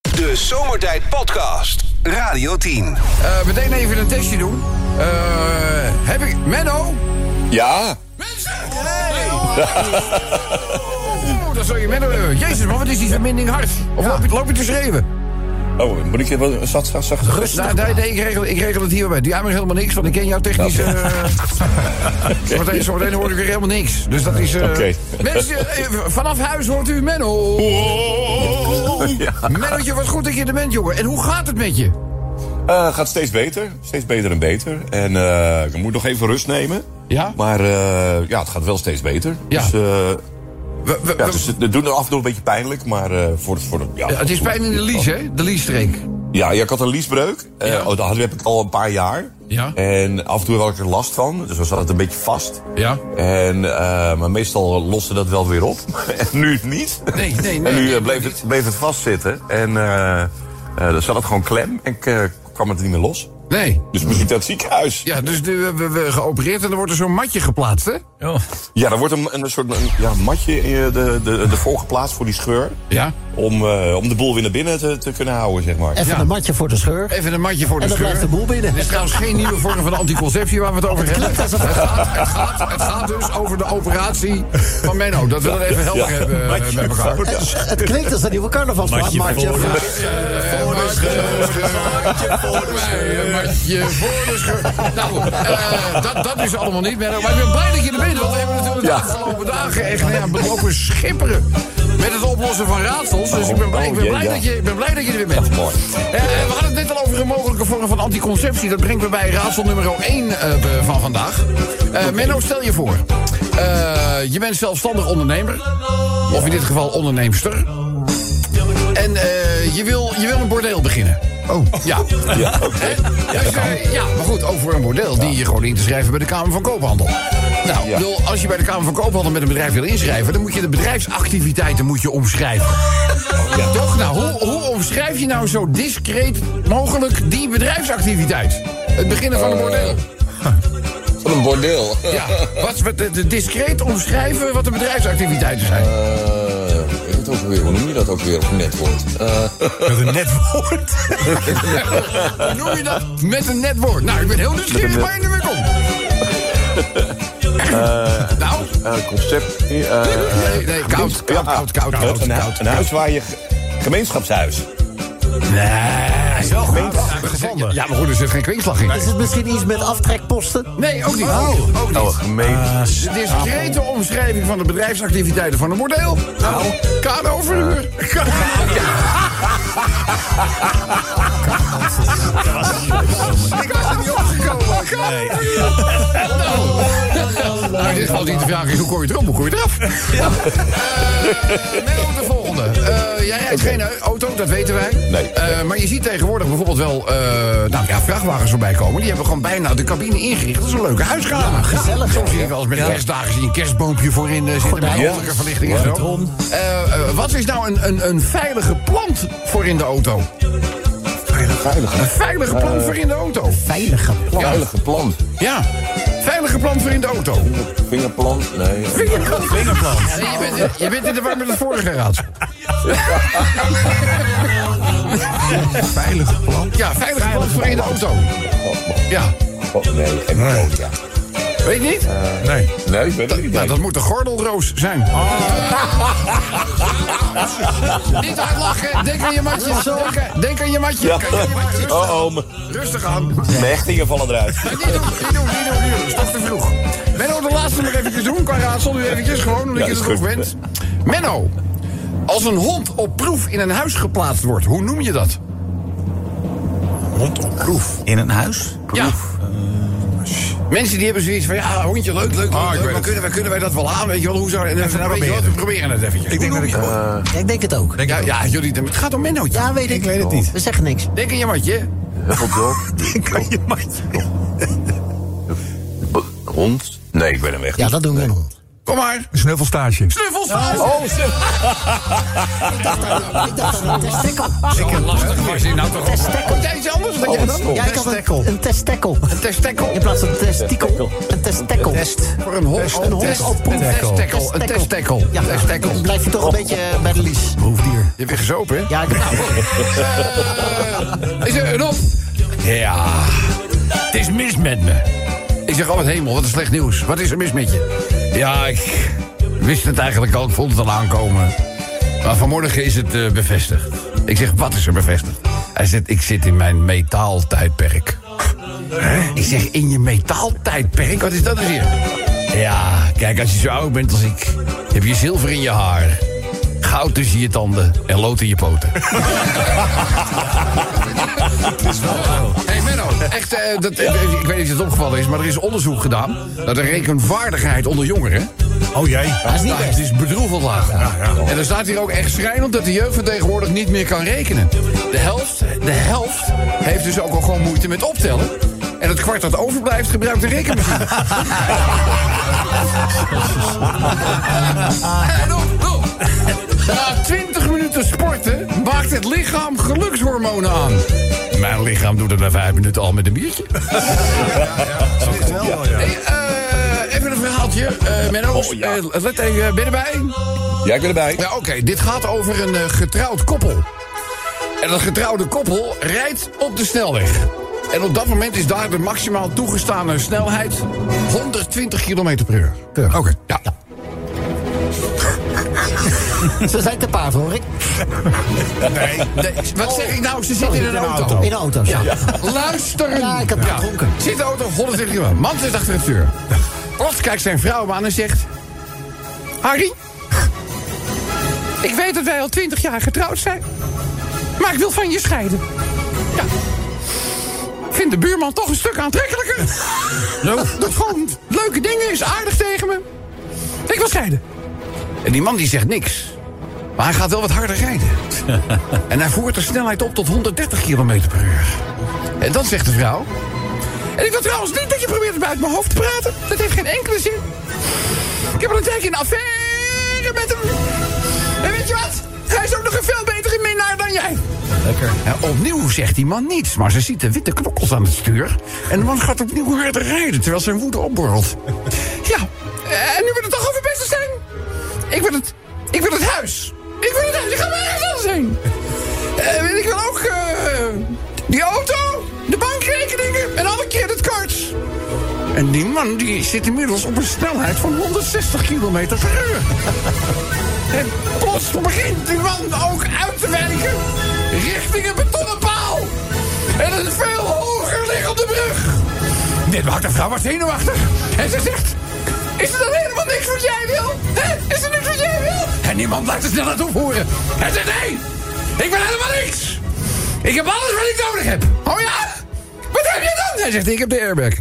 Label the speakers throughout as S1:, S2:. S1: De Zomertijd Podcast. Radio 10.
S2: Eh, meteen even een testje doen. Eh, heb ik... Menno?
S3: Ja,
S2: Oh, dat zou je Menno hebben. Jezus, maar wat is die verbinding hard? Of loop, je, loop je te schreeuwen?
S3: oh, moet ik even zacht, zacht, zacht.
S2: Nou, nee, nee, ik regel, ik regel het hierbij. Die mag helemaal niks, want ik ken jouw technische...
S3: Nou.
S2: eh, zometeen, zometeen hoor ik weer helemaal niks. Dus dat is... eh,
S3: Oké.
S2: Mensen, eh, vanaf huis hoort u Menno. Mennotje, wat goed dat je er bent, jongen. En hoe gaat het met je?
S3: Eh, gaat steeds beter, steeds beter en beter. En eh, ik moet nog even rust nemen.
S2: Ja?
S3: Maar eh, ja, het gaat wel steeds beter.
S2: Ja.
S3: Dus, eh,
S2: We- we-
S3: ja,
S2: we-
S3: dus het het doet me af en toe een beetje pijnlijk, maar eh, voor, de- voor de... Ja,
S2: het is pijn in de lies, hè? De liesstreek.
S3: Ja, ja, ik had een liesbreuk. Eh,
S2: Ja.
S3: oh, dat heb ik al een paar jaar.
S2: Ja.
S3: En af en toe had ik er last van, dus dan zat het een beetje vast.
S2: Ja.
S3: En, eh, maar meestal loste dat wel weer op. en nu niet.
S2: Nee, nee, nee.
S3: En nu eh, bleef, het, bleef het vastzitten. En eh, eh, dan zat het gewoon klem en ik, eh, kwam het niet meer los.
S2: Nee.
S3: Dus misschien naar het ziekenhuis. Ja,
S2: Ja, dus nu hebben we geopereerd en er wordt er zo'n matje geplaatst, hè?
S3: er wordt een, een soort een, ja, matje in je- de, de, de voor geplaatst voor die scheur.
S2: Ja.
S3: Om, eh, om de boel weer naar binnen te, te kunnen houden, zeg maar.
S4: Even
S2: Ja.
S4: een matje voor de scheur.
S2: Even een matje voor de
S4: en dan
S2: scheur.
S4: blijft de boel binnen.
S2: Dit is trouwens geen nieuwe vorm van anticonceptie waar we het over hebben. Het gaat, het, gaat, het gaat dus over de operatie van Menno. Dat we dat even helder
S3: Ja.
S2: hebben eh, met elkaar.
S3: Ja.
S4: Het klinkt als een nieuwe carnavalsplaat.
S5: Matje
S4: Matje
S5: voor
S4: voor
S5: de-
S2: Eh, Voor de scheur. Voor mij, matje voor de scheur. Nou, eh, dat, dat is allemaal niet, Menno. Maar ik ben blij dat je er bent. Want we hebben natuurlijk
S3: Ja.
S2: de afgelopen dagen echt nou ja, belopen schipperen. Met het oplossen van raadsels. Dus ik ben blij, ik ben
S3: Oh,
S2: blij,
S3: ja, ja.
S2: dat, je, ik ben blij dat je er weer bent.
S3: Mooi.
S2: Eh, we hadden het net al over een mogelijke vorm van anticonceptie. Dat brengt me bij raadsel nummer 1 van vandaag. Eh Menno, stel je voor. eh, je bent zelfstandig ondernemer. Of in dit geval onderneemster. En eh, je, wil, je wil een bordeel beginnen. Oh. Ja.
S3: Ja, oké.
S2: Ja, dus, eh, ja, maar goed, ook voor een bordeel die je gewoon in te schrijven bij de Kamer van Koophandel. Nou, ik
S3: Ja.
S2: bedoel, als je bij de Kamer van Koophandel met een bedrijf wil inschrijven, dan moet je de bedrijfsactiviteiten moet je omschrijven. ja. Toch? Nou, hoe, hoe omschrijf je nou zo discreet mogelijk die bedrijfsactiviteit? Het beginnen van een bordeel.
S3: Wat een bordeel.
S2: Ja, wat, wat de, de discreet omschrijven wat de bedrijfsactiviteiten zijn.
S3: Eh, ik weet het ook weer, hoe noem je dat ook weer op netwoord? Eh,
S5: Met een net woord.
S2: Hoe noem je dat? Met een net woord. Nou, ik ben heel nieuwsgierig waar je nu weer komt. nou,
S3: eh, concept. eh,
S2: nee, nee, koud, koud, koud, koud,
S3: eh,
S2: koud.
S3: een, hu- een huis waar je. ge- Gemeenschapshuis.
S2: Hij is wel gevonden. Ja, maar goed, er zit geen kwinkslag in.
S4: Is het misschien iets met aftrekposten?
S2: Nee, ook niet. Ook Oh, niet. Ah,
S3: gemeen.
S2: De discrete omschrijving van de bedrijfsactiviteiten van een bordeel. Nou, kaderoverhuur. Ik was er niet opgekomen. Kaderoverhuur. Nou, Nou, in dit geval is niet de vraag is, hoe kom je erop, hoe kom je eraf? Eh, Menno, de volgende. Eh, jij rijdt geen auto, dat weten wij.
S3: Nee.
S2: Eh, maar je ziet tegenwoordig bijvoorbeeld wel eh, nou, ja, vrachtwagens voorbij komen. Die hebben gewoon bijna de cabine ingericht. Dat is een leuke huiskamer. gezellig. Soms zie je wel eens met kerstdagen zie je een kerstboompje voorin eh, zitten. Met
S4: Gordijnen.
S2: mogelijke verlichting en zo. Eh, eh, wat is nou een, een, een veilige plant voor in de auto?
S3: Veilige,
S2: Een veilige plant voor in de auto.
S4: Veilige plan.
S3: veilige plant.
S2: Ja. Veilige plant voor in de auto.
S3: Vingerplant? Nee.
S2: Vingerplant. Je bent, je bent in de war met het vorige raadsel.
S5: Veilige plan.
S2: Ja, veilige plant voor in de auto. Ja.
S3: Oh, nee, geen poot, ja.
S2: Weet je niet?
S5: Nee.
S3: Eh, Nee, Oh. ik weet het niet.
S2: Nou, dat moet de gordelroos zijn. Niet uitlachen. Denk aan je matje. Denk aan- Denk aan je matje.
S3: Ja.
S2: Denk aan je matje. Rustig aan.
S3: Oh, oh,
S2: Rustig aan.
S3: mijn hechtingen vallen eruit.
S2: Eh, Niet doen, niet doen, niet doen, niet doen. Stop te vroeg. Menno, de laatste nog eventjes doen qua raadsel. Nu eventjes gewoon, omdat
S3: Ja,
S2: je
S3: is
S2: er vroeg
S3: goed.
S2: bent. Menno, als een hond op proef in een huis geplaatst wordt, hoe noem je dat?
S5: Hond op proef. In een huis? eh,
S2: Ja. Mensen die hebben zoiets van, ja, hondje, leuk, leuk, leuk.
S5: Ah, ik
S2: leuk.
S5: weet
S2: maar
S5: het.
S2: kunnen, wij, kunnen wij dat wel aan? Weet je wel, hoe zou... En, even,
S5: nou
S2: weet je wat, we
S5: proberen.
S2: proberen het eventjes.
S5: Ik denk dat ik...
S4: Ik denk het ook.
S5: denk
S2: Ja,
S5: ik
S2: ja, jullie, het gaat om Mennootje.
S4: Ja, weet ik.
S5: Ik weet het niet.
S4: We zeggen niks.
S2: Denk aan je matje.
S5: ook. Kan je matje?
S3: Hond? Nee, ik ben hem echt
S4: Ja, dat doen we een hond.
S2: Kom maar.
S6: Snuffelstage.
S2: Snuffels. Oh,
S4: Ik dacht aan, ik dacht aan een testekkel.
S2: lastig was die nou toch.
S4: Testekkel.
S2: Oh, jij iets anders dan jij dan?
S4: Ja, ik had een, een testekkel.
S2: Een testekkel.
S4: In plaats van een testikel, een testekkel.
S2: Voor een hond.
S4: Een hond is al poep.
S2: Een testekkel. Een testekkel.
S4: Ja, Oh.
S2: Een testekkel.
S4: dan blijf je toch een beetje eh, bij de lies.
S2: Je hebt weer gezopen, hè?
S4: Ja, ik
S2: Is er een op? Ja. Het is mis met me. Ik zeg, oh, wat hemel, wat een slecht nieuws. Wat is er mis met je? Ja, ik wist het eigenlijk al. Ik vond het al aankomen. Maar vanmorgen is het eh, bevestigd. Ik zeg, wat is er bevestigd? Hij zegt, ik zit in mijn metaaltijdperk. Hè? Ik zeg, in je metaaltijdperk? Wat is dat dus hier? Ja, kijk, als je zo oud bent als ik... heb je zilver in je haar, goud tussen je tanden en lood in je poten. Hey Menno, echt, eh, dat, eh, ik weet niet of het opgevallen is, maar er is onderzoek gedaan naar de rekenvaardigheid onder jongeren.
S5: Oh jij.
S4: is niet best.
S2: Het is bedroevend laag. En er staat hier ook echt schrijnend dat de jeugd van tegenwoordig niet meer kan rekenen. De helft, de helft heeft dus ook al gewoon moeite met optellen. En het kwart dat overblijft gebruikt de rekenmachine. en op, op. Na 20 minuten sporten maakt het lichaam gelukshormonen aan. Mijn lichaam doet het na 5 minuten al met een biertje. Hey, eh, even een verhaaltje. Eh Menno, eh, let even, ben je erbij?
S3: Ja, ik ben erbij.
S2: Ja, oké. Dit gaat over een eh, getrouwd koppel. En dat getrouwde koppel rijdt op de snelweg. En op dat moment is daar de maximaal toegestane snelheid 120 km per uur. Oké. Ja.
S4: Ze zijn te paard, hoor ik.
S2: Nee, wat zeg ik nou? Ze zitten in een auto.
S4: In de auto's, ja.
S2: Luisteren.
S4: Ja, ik had gedronken.
S2: Zit de auto op 120 km. Man zit achter het stuur. Plots kijkt zijn vrouw hem aan en zegt... Harry, ik weet dat wij al 20 jaar getrouwd zijn. Maar ik wil van je scheiden. Ja. Vindt de buurman toch een stuk aantrekkelijker? Doet gewoon leuke dingen, is aardig tegen me. Ik wil scheiden. En die man die zegt niks. Maar hij gaat wel wat harder rijden. en hij voert de snelheid op tot 130 km per uur. En dan zegt de vrouw... En ik wil trouwens niet dat je probeert het uit mijn hoofd te praten. Dat heeft geen enkele zin. Ik heb al een tijdje een affaire met hem. En weet je wat? Hij is ook nog een veel betere minnaar dan jij. Lekker. opnieuw zegt die man niets, maar ze ziet de witte knokkels aan het stuur. En de man gaat opnieuw harder rijden, terwijl zijn woede opborrelt. Ja, en nu we er toch over bezig zijn. Ik wil het, ik wil het huis. Ik wil het huis, ik ga maar ergens anders heen. Eh, en ik wil ook eh, die auto, de bankrekeningen en alle creditcards. En die man die zit inmiddels op een snelheid van 160 km per uur. en plots begint die man ook uit te wijken richting een betonnen paal. En een veel hoger liggende brug. Dit maakt de vrouw wat zenuwachtig. En ze zegt... Is er dan helemaal niks wat jij wil? Hè? Is er niks wat jij wil? En niemand laat de snelheid opvoeren. Hij zegt, nee, ik ben helemaal niks. Ik heb alles wat ik nodig heb. Oh ja? Wat heb je dan? Hij zegt, ik heb de airbag.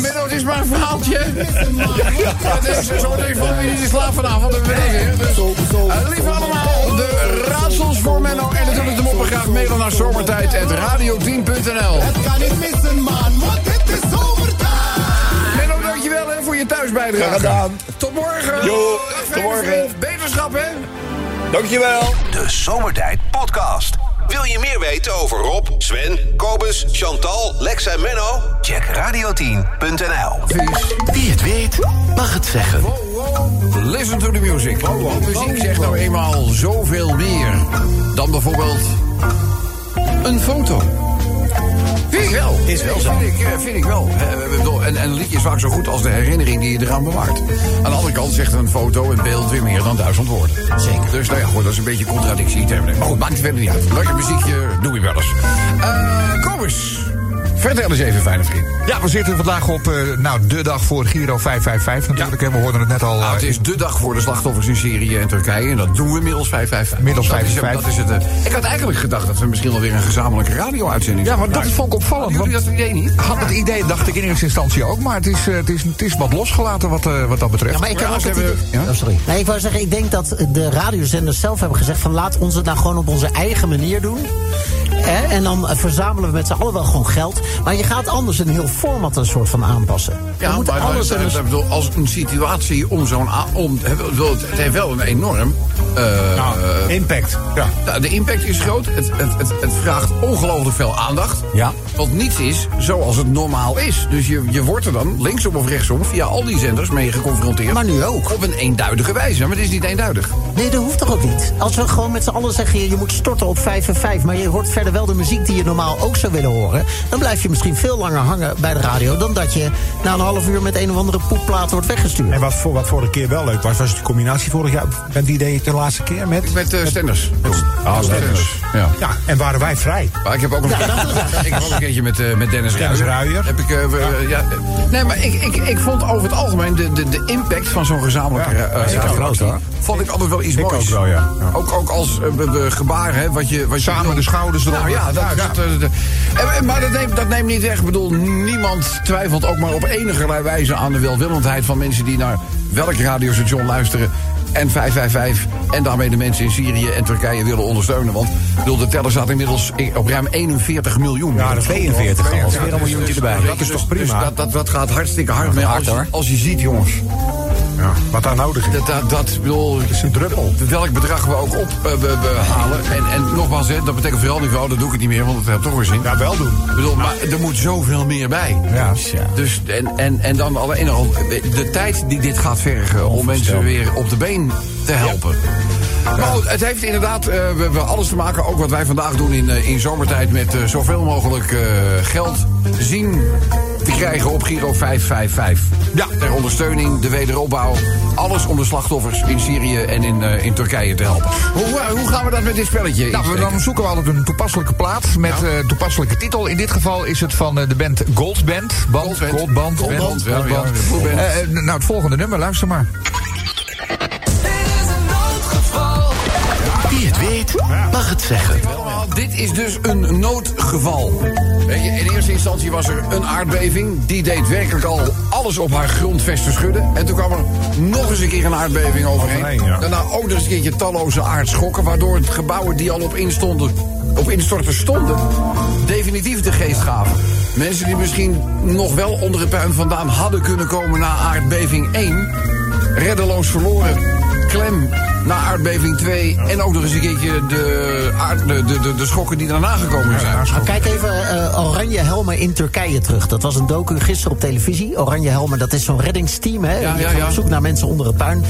S2: Middels is maar een verhaaltje. Het is zo meteen voor wie niet in slaap vanavond. Dat weet ik, hè. Dus, eh, lieve allemaal, de raadsels voor Menno. En natuurlijk de moppen graag mailen naar zomertijd.radio10.nl
S7: Kan niet missen, man, want het is zomertijd.
S2: Menno, dankjewel hè, voor je thuisbijdrage.
S3: gedaan.
S2: Tot morgen.
S3: Jo,
S2: Dag,
S3: tot
S2: fijne
S3: morgen.
S2: vriend. Beterschap, hè.
S3: Dankjewel.
S1: De Zomertijd Podcast. Wil je meer weten over Rob, Sven, Kobus, Chantal, Lex en Menno? Check radio10.nl.
S8: Wie het weet, mag het zeggen.
S2: Listen to the music.
S3: Oh,
S2: Muziek zegt nou eenmaal zoveel meer dan bijvoorbeeld een foto. Vind ik wel. Is wel zo. Vind ik, eh, vind ik wel. Eh, ik bedoel, En, en een liedje is vaak zo goed als de herinnering die je eraan bewaart. Aan de andere kant zegt een foto en beeld weer meer dan duizend woorden. Zeker. Dus nou ja, goed, dat is een beetje contradictie. te hebben. Maar goed, maakt het verder niet uit. Lekker muziekje, doe je wel Eh, eens. Eh, Kobus. Vertel eens even, fijne vriend.
S6: Ja, we zitten vandaag op eh, nou, de dag voor Giro 555 natuurlijk. hè. We hoorden het net al. eh,
S2: Nou, het is de dag voor de slachtoffers in Syrië en Turkije. En dat doen we middels 555.
S6: Middels
S2: Dat is-
S6: 555.
S2: Dat is het, eh. ik had eigenlijk gedacht dat we misschien wel weer een gezamenlijke radio-uitzending
S6: ja, maar
S2: zouden maken.
S5: Nou,
S6: dat vond ik opvallend.
S2: Hadden
S6: Oh, want
S2: jullie dat idee niet?
S6: Had het idee, dacht ik in eerste instantie ook. Maar het is, eh, het is, het is wat losgelaten wat, eh, wat dat betreft.
S4: Ja, maar ik kan
S2: Ja,
S4: ook
S2: ze
S4: het
S2: hebben-
S4: idee-
S2: ja?
S4: Oh, sorry. Nee, ik wou zeggen, ik denk dat de radiozenders zelf hebben gezegd... van laat ons het nou gewoon op onze eigen manier doen. Hè, en dan eh, verzamelen we met z'n allen wel gewoon geld. Maar je gaat anders een heel format een soort van aanpassen. we
S2: Ja, maar,
S4: moeten
S2: maar-
S4: alles
S2: maar-
S4: in een
S2: maar- bedoel, als een situatie om zo'n... a- Om, hè, bedoel, het heeft wel een enorm... eh, eh,
S5: Impact. Ja.
S2: nou, de impact is groot. Het, het, het, het vraagt ongelooflijk veel aandacht.
S5: Ja.
S2: Want niets is zoals het normaal is. Dus je, je wordt er dan, linksom of rechtsom, via al die zenders mee geconfronteerd.
S4: Maar nu ook.
S2: Op een eenduidige wijze. Maar het is niet eenduidig.
S4: Nee, dat hoeft toch ook niet? Als we gewoon met z'n allen zeggen, je moet storten op 5 en 5... maar je hoort verder wel de muziek die je normaal ook zou willen horen... dan blijf je misschien veel langer hangen bij de radio... dan dat je na een half uur met een of andere poepplaat wordt weggestuurd.
S5: En wat, voor, wat vorige keer wel leuk was, was de combinatie vorig jaar. Met die deed je het de laatste keer met?
S2: Met eh, stenders.
S5: Ah, Dennis.
S2: Ja.
S5: Ja, en waren wij vrij.
S2: Maar ik heb ook een, ik heb ook een keertje met, eh, met Dennis,
S5: Dennis Ruijer.
S2: Heb ik, eh, we- eh, ja. eh, Nee, maar ik, ik, ik vond over het algemeen de, de, de impact van zo'n gezamenlijke
S5: Ja,
S2: eh,
S5: is
S2: eh,
S5: wel groot, hoor.
S2: Vond ik altijd wel iets
S5: Ik
S2: moois.
S5: ook wel, ja. Ja.
S2: Ook, ook als eh, we- we gebaar, hè, wat je... Wat je
S6: Samen
S2: bedoelt.
S6: de schouders eronder.
S2: Nou ja, dat,
S6: Ja,
S2: dat, eh, dat- eh, eh, maar dat neemt, dat neemt niet weg. Ik bedoel, niemand twijfelt ook maar op enige wijze aan de welwillendheid van mensen die naar welk radiostation luisteren. En 555 en daarmee de mensen in Syrië en Turkije willen ondersteunen. Want ik bedoel, de teller staat inmiddels i- op ruim 41 miljoen.
S5: Ja, dat is 42 al. Weer een miljoentje erbij. Dat is
S2: Dus-
S5: toch
S2: dus
S5: prima?
S2: dat, dat, dat gaat hartstikke hard mee. Als, je- als je ziet, jongens.
S5: Ja, Wat daar nodig is.
S2: Dat, dat, dat, bedoel,
S5: is een druppel.
S2: welk bedrag we ook op eh, we- we halen. En, en nogmaals, hè, dat betekent vooral niet, oh, dat doe ik het niet meer, want dat heeft toch weer zin.
S5: Ja, wel doen.
S2: Ik bedoel, maar er moet zoveel meer bij.
S5: Ja.
S2: Dus, en, en, en dan alleen al de tijd die dit gaat vergen om mensen weer op de been te helpen. Maar goed, het heeft inderdaad eh, we hebben alles te maken, ook wat wij vandaag doen in, eh, in zomertijd, met eh, zoveel mogelijk eh, geld zien te krijgen op Giro 555.
S6: Ja.
S2: Ter ondersteuning, de wederopbouw, alles om de slachtoffers in Syrië en in, eh, in Turkije te helpen. Hoe, eh, hoe gaan we dat met dit spelletje?
S6: Nou, we-
S2: insteken?
S6: dan zoeken we altijd een toepasselijke plaat met eh toepasselijke titel. In dit geval is het van eh, de band Gold Band. Band,
S2: Goldband.
S6: Gold Band,
S2: Goldband,
S6: Band,
S2: ja,
S6: Goldband.
S2: ja, ja, Goldband.
S6: Eh, eh, n- nou, het volgende nummer, luister maar.
S8: Wie het weet, mag het zeggen.
S2: Allemaal, Dit is dus een noodgeval. Weet je, in eerste instantie was er een aardbeving. Die deed werkelijk al alles op haar grondvesten schudden. En toen kwam er nog eens een keer een aardbeving overheen.
S5: Overheen, ja.
S2: Daarna nou, ook nog eens een keertje talloze aardschokken. Waardoor het gebouwen die al op, instonden, op instorten stonden. definitief de geest gaven. Mensen die misschien nog wel onder het puin vandaan hadden kunnen komen na aardbeving 1. Reddeloos verloren. Klem na aardbeving 2. En ook nog eens een keertje de, aard, de, de, de, de schokken die daarna gekomen zijn.
S4: Maar Nou, kijk even eh, Oranje Helmen in Turkije terug. Dat was een docu gisteren op televisie. Oranje Helmen, dat is zo'n reddingsteam. Hè?
S2: Ja,
S4: Je
S2: ja,
S4: gaat
S2: ja.
S4: op zoek naar mensen onder het puin.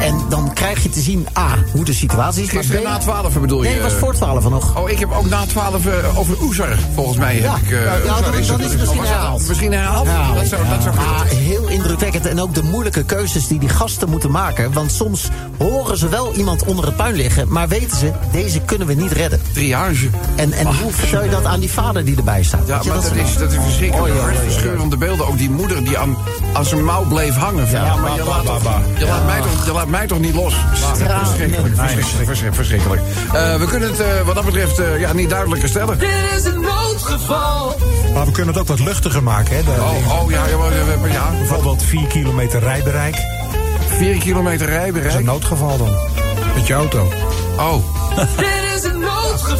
S4: En dan krijg je te zien, A, hoe de situatie is.
S2: Gisteren
S4: maar
S2: na
S4: B-
S2: 12 bedoel je?
S4: Nee, het was voor 12 nog.
S2: Oh, ik heb ook na 12 eh, over Oezer, volgens mij.
S4: Ja.
S2: Heb ik, eh,
S4: Ja,
S2: Oezer
S4: dat- dat
S2: het.
S4: is
S2: Oh,
S4: misschien
S2: was dat-
S4: herhaald.
S2: Misschien herhaald?
S4: Ja,
S2: dat zou, dat zou
S4: ja.
S2: kunnen.
S4: Maar heel indrukwekkend. En ook de moeilijke keuzes die die gasten moeten maken. Want soms horen ze wel iemand onder het puin liggen. Maar weten ze, deze kunnen we niet redden.
S2: Triage.
S4: En, en hoe vertel je dat aan die vader die erbij staat?
S2: Ja,
S4: Weet je,
S2: maar dat
S4: soort-
S2: is, dat is verschrikkelijk.
S4: Oh, ja, ja, ja, ja.
S2: Hartverscheurende beelden. Ook die moeder die aan, aan zijn mouw bleef hangen. Van,
S4: Ja,
S2: ja, maar je
S4: ba,
S2: laat,
S4: ba,
S2: toch-
S4: ba,
S2: je, laat mij toch, je laat mij toch niet los.
S4: Stranen.
S2: Verschrikkelijk. Verschrikkelijk. verschrikkelijk, verschrikkelijk. Eh, we kunnen het eh, wat dat betreft eh, ja, niet duidelijker stellen.
S5: Maar we kunnen het ook wat luchtiger maken. Hè? De-
S2: Oh, oh ja, ja, maar,
S4: eh,
S2: ja, maar ja.
S5: Bijvoorbeeld 4 kilometer rijbereik. Dat
S2: 4 kilometer
S5: is een
S2: rijbereik.
S5: noodgeval dan. Met je auto.
S2: Oh.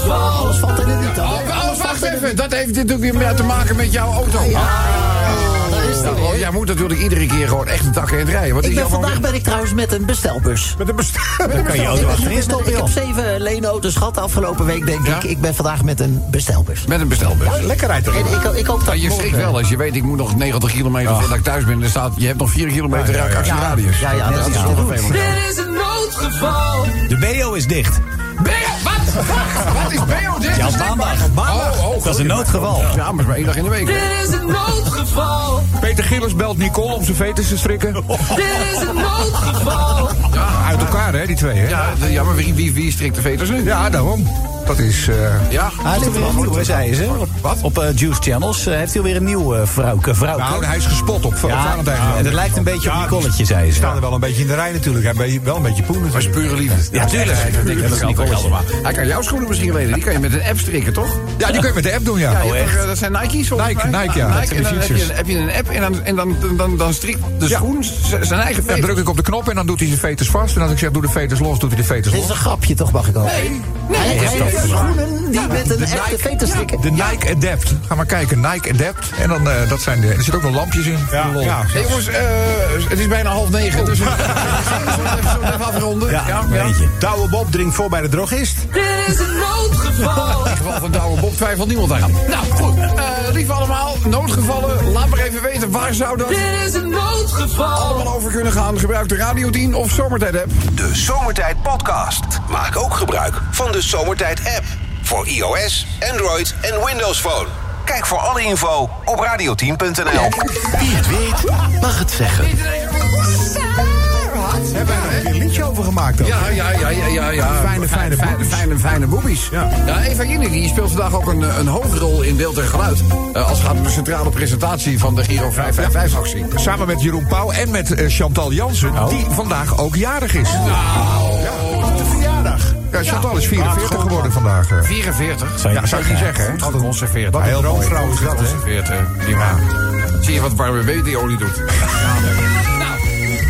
S4: Alles valt er niet aan.
S2: Oh, oh, wacht even. Dat heeft dit natuurlijk weer meer te maken met jouw auto.
S4: Daar is dat,
S2: Oh, jij moet natuurlijk iedere keer gewoon echt een tak in het rijden. Wat
S4: Ik
S2: is
S4: ben,
S2: jouw
S4: vandaag
S2: probleem?
S4: ben ik trouwens met een bestelbus.
S5: Met een bestel. Dan kan je auto
S4: Ik, heb
S5: achterin
S4: bestel-
S5: stoppen,
S4: ik heb
S5: joh.
S4: zeven leenauto's gehad de afgelopen week, denk
S2: Ja?
S4: ik. Ik ben vandaag met een bestelbus.
S2: Met een bestelbus.
S5: Lekker rijdt
S4: En
S5: erin.
S4: ik, ik hoop dat
S9: Oh,
S2: Maar Nou, je
S4: morgen-
S2: schrikt wel als je weet, ik moet nog 90 kilometer voordat ik thuis ben. En er staat, je hebt nog 4 kilometer
S5: Ja, ja, ja.
S2: actieradius.
S4: Ja, ja, dat is
S2: wel
S4: wel
S2: vervelend.
S5: De BO is dicht.
S2: Beo- Wat? Wacht, Wat is Beo dit?
S5: Ja, op
S2: Is dit
S5: maandag.
S2: maar-
S5: Op maandag.
S2: Oh, oh,
S5: Dat is
S2: goed.
S5: een noodgeval.
S2: Ja, maar is maar één dag in de week. hè.
S6: Peter Gillis belt Nicole om zijn veters te strikken. Uit elkaar, hè, die twee, hè?
S2: Ja, de- ja, maar wie, wie, wie strikt de veters nu?
S6: Ja, daarom. Dat is... eh,
S2: Ja.
S9: Hij heeft weer een nieuwe, zei ze.
S6: Wat?
S9: Op eh, Juice Channels eh, heeft hij alweer een nieuw eh, vrouwke. vrouwke.
S6: nou, hij is gespot op, op Valentijn.
S9: en dat lijkt een beetje op
S5: Ja,
S9: Nicoletje, zei
S5: Die
S9: ze.
S5: staan er wel een beetje in de rij natuurlijk. Hij heeft wel een beetje poen
S2: Dat is pure
S5: natuurlijk.
S2: liefde.
S9: Ja, tuurlijk.
S2: Dat denk ik, dat kan toch allemaal. Hij kan jouw schoenen misschien lenen. Die kan je met een app strikken, toch?
S6: Ja, die kun je met de app doen, ja.
S2: Ja, je hebt
S9: echt?
S2: toch, eh, dat zijn Nike's volgens
S6: Oh, Nike,
S2: mij?
S6: Nike, ja. Dat zijn
S2: en
S6: de
S2: dan heb
S6: fietsers.
S2: je, heb je een app en dan, en dan, dan, dan, dan strikt de
S6: Ja.
S2: schoen z- zijn eigen
S6: Dan
S2: veters.
S6: druk ik op de knop en dan doet hij zijn veters vast. En als ik zeg, doe de veters los, doet hij de veters
S4: Dit is
S6: los.
S4: een grapje, toch, mag ik al? Nee, hij heeft schoenen die met een echte veter strikken.
S6: De Nike Adapt. Ga maar kijken, Nike Adapt. En dan, eh, dat zijn de, er zitten ook nog lampjes in.
S5: Ja,
S6: Lol.
S5: ja.
S2: Hey, jongens, eh, het is bijna half negen. Dus we zullen we even- zullen we even afronden.
S5: Ja,
S2: ja.
S5: weet je. Douwe Bob drinkt voor bij de drogist.
S10: Dit is een noodgeval.
S2: In geval van Douwe Bob twijfelt niemand aan. Nou, goed. Eh, lieve allemaal, noodgevallen. Laat maar even weten, waar zou dat
S10: Dit is een noodgeval.
S2: allemaal over kunnen gaan? Gebruik de Radio 10 of Zomertijd-app.
S1: De Zomertijd Podcast. Maak ook gebruik van de Zomertijd app. Voor iOS, Android en Windows Phone. Kijk voor alle info op radio10.nl.
S8: Wie het weet, mag het zeggen.
S5: Hebben we er een liedje over gemaakt ook?
S2: Ja, ja, ja, ja, ja. ja.
S5: Fijne,
S2: fijne,
S5: fijne boebies.
S2: fijne, fijne boebies. Ja.
S5: Ja.
S2: Eva Jinek, die speelt vandaag ook een, eh, een hoofdrol in Beeld en Geluid. Eh, als het gaat om de centrale presentatie van de Giro 555-actie.
S6: Samen met Jeroen Pauw en met eh, Chantal Jansen,
S5: Oh.
S6: die vandaag ook jarig is.
S2: Oh.
S5: De verjaardag.
S6: Ja, Chantal is 44
S5: Ja,
S6: geworden vandaag. eh.
S2: 44.
S6: Ja, zou ik niet zeggen, hè?
S2: Goed geconserveerd.
S5: Wat een droomvrouw is dat, hè?
S2: 40, prima. Zie je wat warme BD-olie doet? Ja, nou,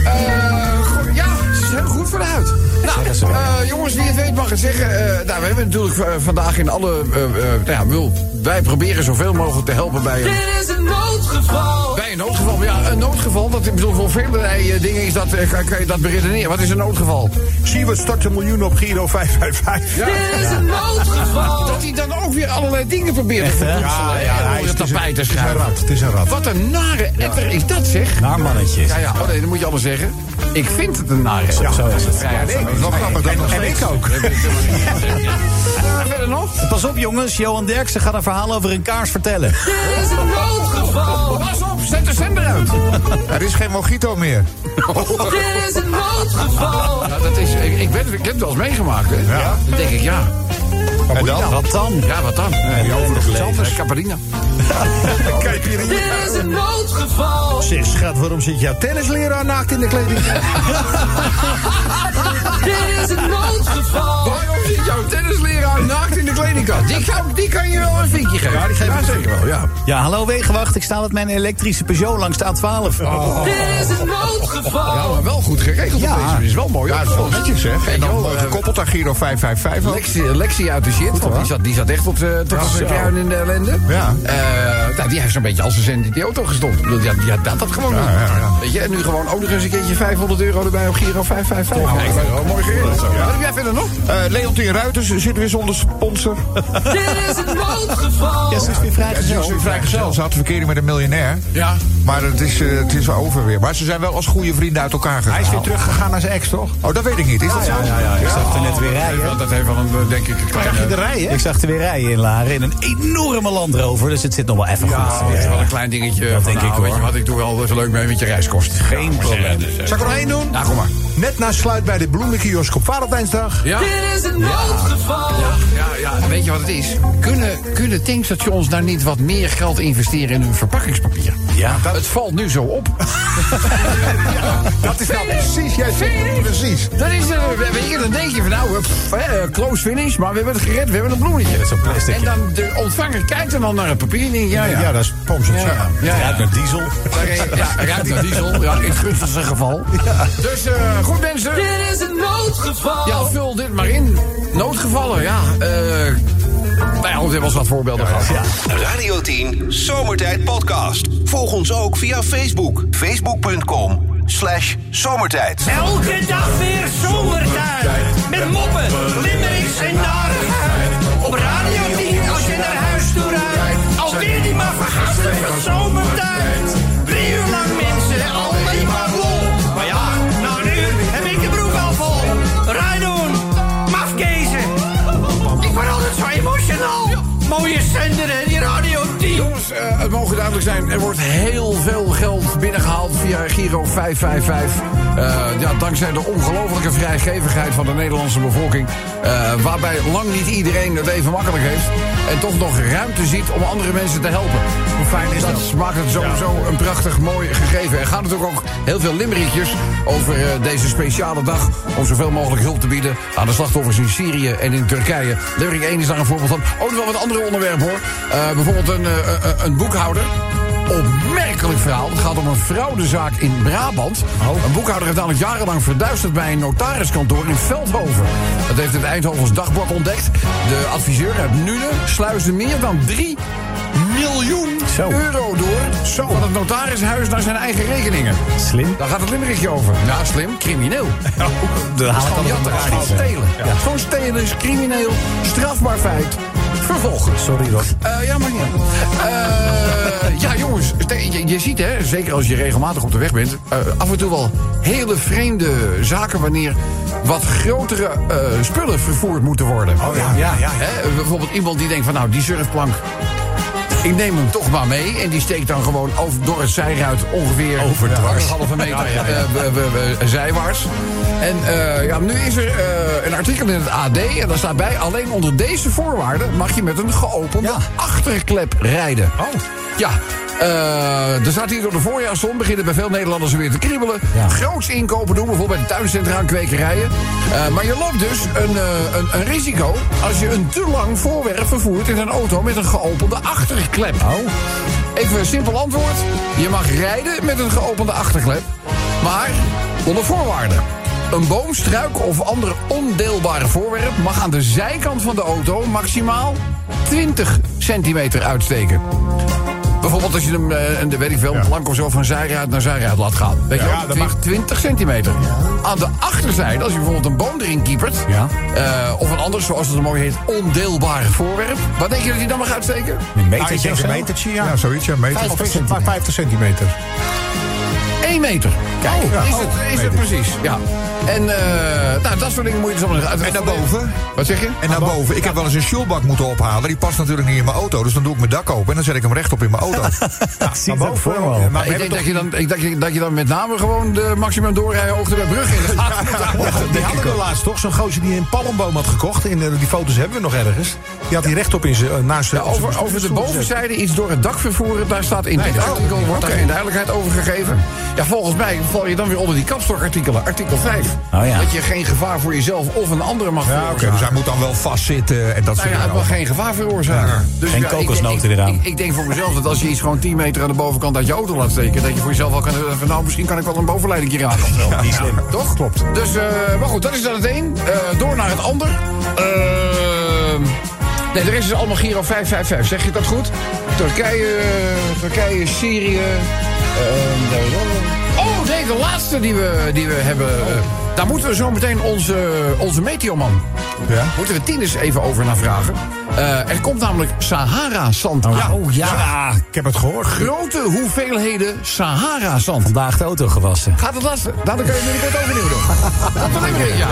S2: eh, goed, ja, ze zijn goed voor de huid. Nou, eh, jongens, wie het weet mag het zeggen. Eh, nou, we hebben natuurlijk eh, vandaag in alle... eh, eh, nou ja, wil, wij proberen zoveel mogelijk te helpen bij...
S10: Dit is een noodgeval.
S2: Bij een noodgeval, maar ja, een noodgeval, dat ik bedoel, voor vele dingen is dat, eh, kan, kan je dat beredeneren. Wat is een noodgeval?
S5: Siewert stort een miljoen op Giro 555.
S10: Dit is een
S2: Dat
S10: noodgeval.
S2: hij dan ook weer allerlei dingen probeert te verwoestelen. Ja, ja, het tapijt te
S5: het is een
S2: schuiven.
S5: rat. Het is een rat.
S2: Wat een nare etter is dat, zeg.
S9: Nou, mannetjes.
S2: Ja, ja, oh nee, dat moet je allemaal zeggen. Ik vind het een nare etter.
S9: Ja, zo is het.
S2: Ja, ja, nee,
S6: Dat is wel grappig. dat nog
S5: En
S6: steeds.
S5: ik ook.
S2: maar verder nog.
S9: Pas op, jongens. Johan Derksen gaat een verhaal over een kaars vertellen.
S10: Dit is een noodgeval.
S2: Pas op, zet de zender uit.
S6: Er is geen mojito meer.
S10: Dit is een noodgeval.
S2: Nou, dat is, ik, ik, ben, ik heb het wel eens meegemaakt, hè.
S5: Ja.
S2: Dan denk ik, ja,
S5: En dan?
S9: Wat dan?
S2: ja, wat dan?
S5: die overige
S2: Iets
S5: leven.
S2: anders. Caparina.
S5: Kijk hier in.
S10: Dit is een noodgeval.
S5: Zeg, schat, waarom zit jouw tennisleraar naakt in de kleding?
S10: Dit is een noodgeval.
S2: Waarom zit jouw tennisleraar naakt in de kledingkast? Die kan, die kan je wel een vinkje geven. Ja, die geeft zeker wel, ja.
S9: Ja, hallo Wegenwacht. Ik sta met mijn elektrische Peugeot langs de A12.
S10: Dit is een
S2: Ja,
S10: noodgeval.
S2: maar wel goed geregeld
S9: Ja.
S2: op deze manier. Is wel mooi.
S6: Ja, dat is wel netjes, zeg. En dan eh, gekoppeld aan Giro 555 ook.
S2: Lexi, Lexi uit de shit, want die zat, die zat echt tot, eh, tot zijn kruin in de ellende.
S6: Ja.
S2: Eh, nou, die heeft zo'n beetje als een zend in die auto gestopt. Ik bedoel, Ja, ja, dat had gewoon.
S6: Ja, ja, ja.
S2: Weet je, en nu gewoon ook nog eens een keertje 500 euro erbij op Giro 555. Ja, ik ben wel mooi geregeld. Wat heb jij verder nog?
S6: Nou, Eh, Leontien Ruiters zit weer zonder sponsor.
S10: Dit is een noodgeval.
S9: Ja, ze is weer vrijgezel.
S6: Ze is vrijgezel. Ze had verkering met een miljonair.
S2: Ja.
S6: Maar het is, eh, het is wel over weer. Maar ze zijn wel als goede vrienden uit elkaar gegaan.
S5: Hij is weer teruggegaan naar zijn ex, toch?
S6: Oh, dat weet ik niet. Is dat zo?
S9: Ik zag er net weer rijden.
S2: Dat heeft wel een, eh, denk ik, een kleine,
S5: De rij, hè?
S9: Ik zag er weer rijden in Laren in een enorme Land Rover. Dus het zit nog wel even goed.
S2: dat is wel een klein dingetje. van,
S9: denk
S2: nou,
S9: ik wel,
S2: Weet je
S9: hoor.
S2: wat, ik doe wel even leuk mee met je reiskosten. Geen probleem.
S5: Zal ik er nog één doen?
S2: Nou, kom maar.
S5: Net na sluit bij de bloemenkiosk op Valentijnsdag.
S2: Ja.
S10: Dit is een noodgeval.
S2: Ja, ja, weet je wat het is? Kunnen, kunnen tankstations daar niet wat meer geld investeren in hun verpakkingspapier?
S9: Ja.
S2: Het valt nu zo op.
S6: Dat is nou precies. Jij zegt het precies.
S2: Dat is eh, weet je, dan denk je van nou, eh, pff, eh, close finish, maar we hebben het gered, we hebben een bloemetje.
S9: is een plastic,
S2: En dan de ontvanger kijkt dan al naar het papier en denkt, ja, ja.
S5: Ja, dat is Pomsel.
S2: Ja, ja. ja, ja.
S9: Ruikt naar diesel.
S2: Ja, ruikt naar diesel, ja, in het gunstigste geval. Dus eh, goed mensen,
S10: Dit is een noodgeval.
S2: ja, vul dit maar in. Noodgevallen, ja. eh nou ja, we hebben al wat voorbeelden gehad.
S1: Radio 10 Zomertijd Podcast. Volg ons ook via Facebook. Facebook.com slash zomertijd.
S8: Elke dag weer zomertijd. Met moppen, limmerings en narigheid. Op Radio 10 als je naar huis toe rijdt. Alweer die maar vergastige zomertijd. Drie uur lang mensen, alleen maar lol. Maar ja, nou nu heb ik de broek al vol. Rijdoen, mafkezen. Ik word altijd zo emotional. mooie zender, hè, die Radio 10.
S2: Jongens, eh, het mogen duidelijk zijn. Er wordt heel veel geld binnengehaald via Giro 555. Eh, ja, dankzij de ongelofelijke vrijgevigheid van de Nederlandse bevolking. eh, waarbij lang niet iedereen het even makkelijk heeft. En toch nog ruimte ziet om andere mensen te helpen. Hoe fijn is dat? maakt het sowieso een prachtig mooi gegeven. Er gaan natuurlijk ook heel veel limmerikjes over eh, deze speciale dag. Om zoveel mogelijk hulp te bieden aan de slachtoffers in Syrië en in Turkije. Limmerik 1 is daar een voorbeeld van. Ook nog wel wat andere onderwerpen hoor. Eh, bijvoorbeeld een, eh, eh, een boekhouder. Opmerkelijk verhaal. Het gaat om een fraudezaak in Brabant. Een boekhouder heeft namelijk jarenlang verduisterd bij een notariskantoor in Veldhoven. Dat heeft het Eindhovens dagblad ontdekt. De adviseur uit Nuenen sluisde meer dan 3 miljoen euro door van het notarishuis naar zijn eigen rekeningen.
S9: Slim.
S2: Daar gaat het limmerikje over. Nou, slim, crimineel.
S9: Daar haal ik
S2: Gewoon
S9: altijd
S2: jatten,
S9: een
S2: gewoon
S9: raar iets, hè.
S2: stelen. Gewoon stelen is crimineel, strafbaar feit. Vervolgens.
S9: Sorry, Rob.
S2: Eh, ja, maar niet. Eh, ja, jongens, ste- je, je ziet hè, zeker als je regelmatig op de weg bent, eh, af en toe wel hele vreemde zaken wanneer wat grotere eh, spullen vervoerd moeten worden.
S5: Oh ja, ja, ja.
S2: Hè, bijvoorbeeld iemand die denkt van nou, die surfplank. Ik neem hem toch maar mee. En die steekt dan gewoon over, door het zijruit ongeveer
S5: Overdwars.
S2: anderhalve meter eh, we- we- we- zijwaarts. En eh, ja, nu is er eh, een artikel in het AD. En daar staat bij: alleen onder deze voorwaarden mag je met een geopende achterklep rijden. Oh. Ja. eh, er staat hier door de voorjaarszon beginnen bij veel Nederlanders weer te kriebelen. Groots inkopen doen, bijvoorbeeld bij de tuincentra en kwekerijen. Eh, maar je loopt dus een, eh, een, een risico als je een te lang voorwerp vervoert in een auto met een geopende achterklep. Oh. Even een simpel antwoord. Je mag rijden met een geopende achterklep, maar onder voorwaarden. Een boom, struik of ander ondeelbare voorwerp mag aan de zijkant van de auto maximaal 20 centimeter uitsteken. Bijvoorbeeld als je hem, eh, en dat weet ik veel, plank of zo van zijraad naar zijraad laat gaan. Weet je
S5: Ja,
S2: wel,
S5: dat
S2: twi-
S5: mag.
S2: 20 centimeter. Aan de achterzijde, als je bijvoorbeeld een boom erin kiepert... eh, of een ander, zoals het er mooi heet, ondeelbaar voorwerp... wat denk je dat hij dan mag uitsteken?
S5: Een
S9: Ah, ik
S5: metertje
S9: denk
S5: of zo?
S9: een
S5: metertje, ja.
S6: zoiets, ja, meter.
S5: Of is het maar 50 centimeter?
S2: 1 meter. Kijk,
S5: ja.
S2: is,
S5: Oh,
S2: het, is
S5: meter.
S2: het precies. Ja. En eh, nou, dat soort dingen moet je dus allemaal uit.
S6: En daarboven?
S2: Wat zeg
S5: Nou,
S2: je?
S6: En daarboven, ik heb wel eens een shoelbak moeten ophalen. Die past natuurlijk niet in mijn auto. Dus dan doe ik mijn dak open en dan zet ik hem rechtop in mijn auto.
S9: Zie je dat voor me al.
S5: Maar we
S2: Nou, ik
S5: hebben
S2: denk
S5: toch
S2: dat je, dan, ik denk dat- dat je dan met name gewoon de maximum doorrijhoogte bij Brugge in de gaten moet houden.
S5: die hadden we laatst toch, zo'n gozer die een palmboom had gekocht. In, eh, die foto's hebben we nog ergens. Die had die rechtop in zijn, eh, naast zijn... op
S2: Over,
S5: zijn
S2: over de
S5: stoel gezet.
S2: bovenzijde iets door het dak vervoeren, daar staat in dit artikel, wordt daar geen duidelijkheid over gegeven. Ja, volgens mij val je dan weer onder die kapstokartikelen, artikel 5.
S9: Oh ja.
S2: Dat je geen gevaar voor jezelf of een ander mag
S6: Ja, oké, dus hij moet dan wel vastzitten en dat soort
S2: Nou ja,
S6: dingen.
S2: het mag geen gevaar veroorzaken. Dus
S9: Geen
S2: ik denk-
S9: kokosnoten
S2: ik-
S9: eraan.
S2: Ik, ik denk voor mezelf dat als je iets gewoon 10 meter aan de bovenkant uit je auto laat steken... dat je voor jezelf al kan zeggen van nou, misschien kan ik wel een bovenleiding raken. of zo.
S9: Niet slim.
S2: Toch? Klopt. Dus, eh, maar goed, dat is dan het een. Eh, door naar het ander. Ehm, nee, de rest is allemaal Giro 555. Zeg je dat goed? Turkije, eh, Turkije, Syrië. ehm, daar is ook- oh, nee, de laatste die we, die we hebben.
S9: Oh.
S2: eh, daar moeten we zo meteen onze, onze meteoman.
S5: Ja.
S2: Moeten we tien eens even over naar vragen. Eh, er komt namelijk Sahara-zand.
S9: Ja, oh ja.
S5: Ah, ik heb het gehoord.
S2: Grote hoeveelheden Sahara-zand.
S9: Vandaag de auto gewassen.
S2: Gaat het lastig? Nou, dan kun je het binnenkort overnieuw doen. Dat wil ik ja.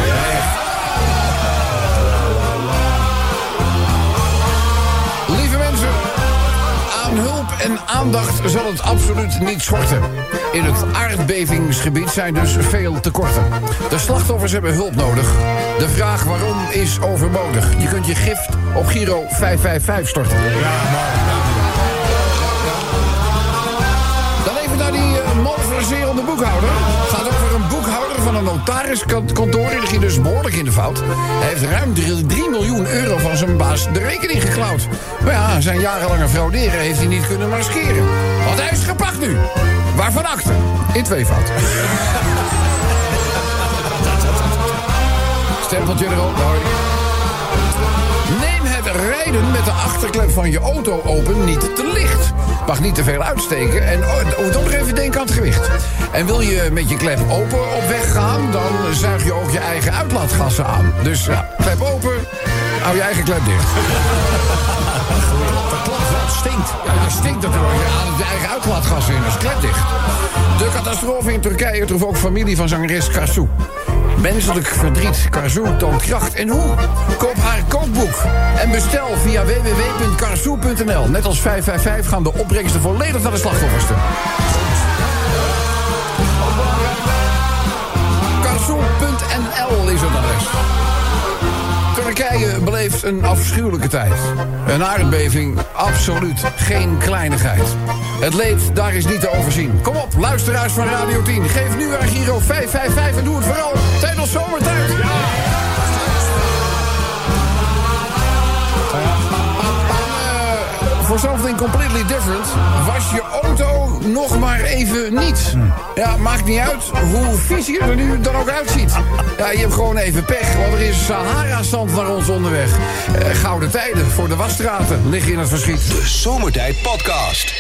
S2: Lieve mensen, aan hulp en aandacht zal het absoluut niet schorten. In het aardbevingsgebied zijn dus veel tekorten. De slachtoffers hebben hulp nodig. De vraag waarom is overbodig. Je kunt je gift op Giro 555 storten. Dan even naar die uh, moraliserende boekhouder. Het gaat over een boekhouder van een notariskantoor. Die ging dus behoorlijk in de fout. Hij heeft ruim 3, miljoen euro van zijn baas de rekening geklauwd. Maar ja, zijn jarenlange frauderen heeft hij niet kunnen maskeren. Want hij is gepakt nu. Waarvan achter? In twee fouten. Stempeltje erop. Hoi. Neem het rijden met de achterklep van je auto open niet te licht. Mag niet te veel uitsteken en oh, moet ook nog even denken aan het gewicht. En wil je met je klep open op weg gaan, dan zuig je ook je eigen uitlaatgassen aan. Dus ja, klep open, hou je eigen klep dicht. Dat stinkt. Ja, dat stinkt natuurlijk. Je ademt je eigen uitlaatgassen in, dat is klep dicht. De Catastrofe in Turkije trof ook familie van zangeres Karsu. Menselijk verdriet. Karsu toont kracht en hoe? Koop haar kookboek en bestel via www.karsu.nl. Net als 555 gaan de opbrengsten volledig naar de slachtoffers toe. Karsu.nl is het adres. Turkije beleeft een afschuwelijke tijd. Een aardbeving, absoluut geen kleinigheid. Het leed, daar is niet te overzien. Kom op, luisteraars van Radio 10. Geef nu aan Giro 555 en doe het vooral tijdens zomertijd. Eh, Voor something completely different was je auto nog maar even niet. Ja, maakt niet uit hoe vies je er nu dan ook uitziet. Ja, je hebt gewoon even pech, want er is Sahara-zand naar ons onderweg. Eh, gouden tijden voor de wasstraten liggen in het verschiet.
S1: De Zomertijd Podcast.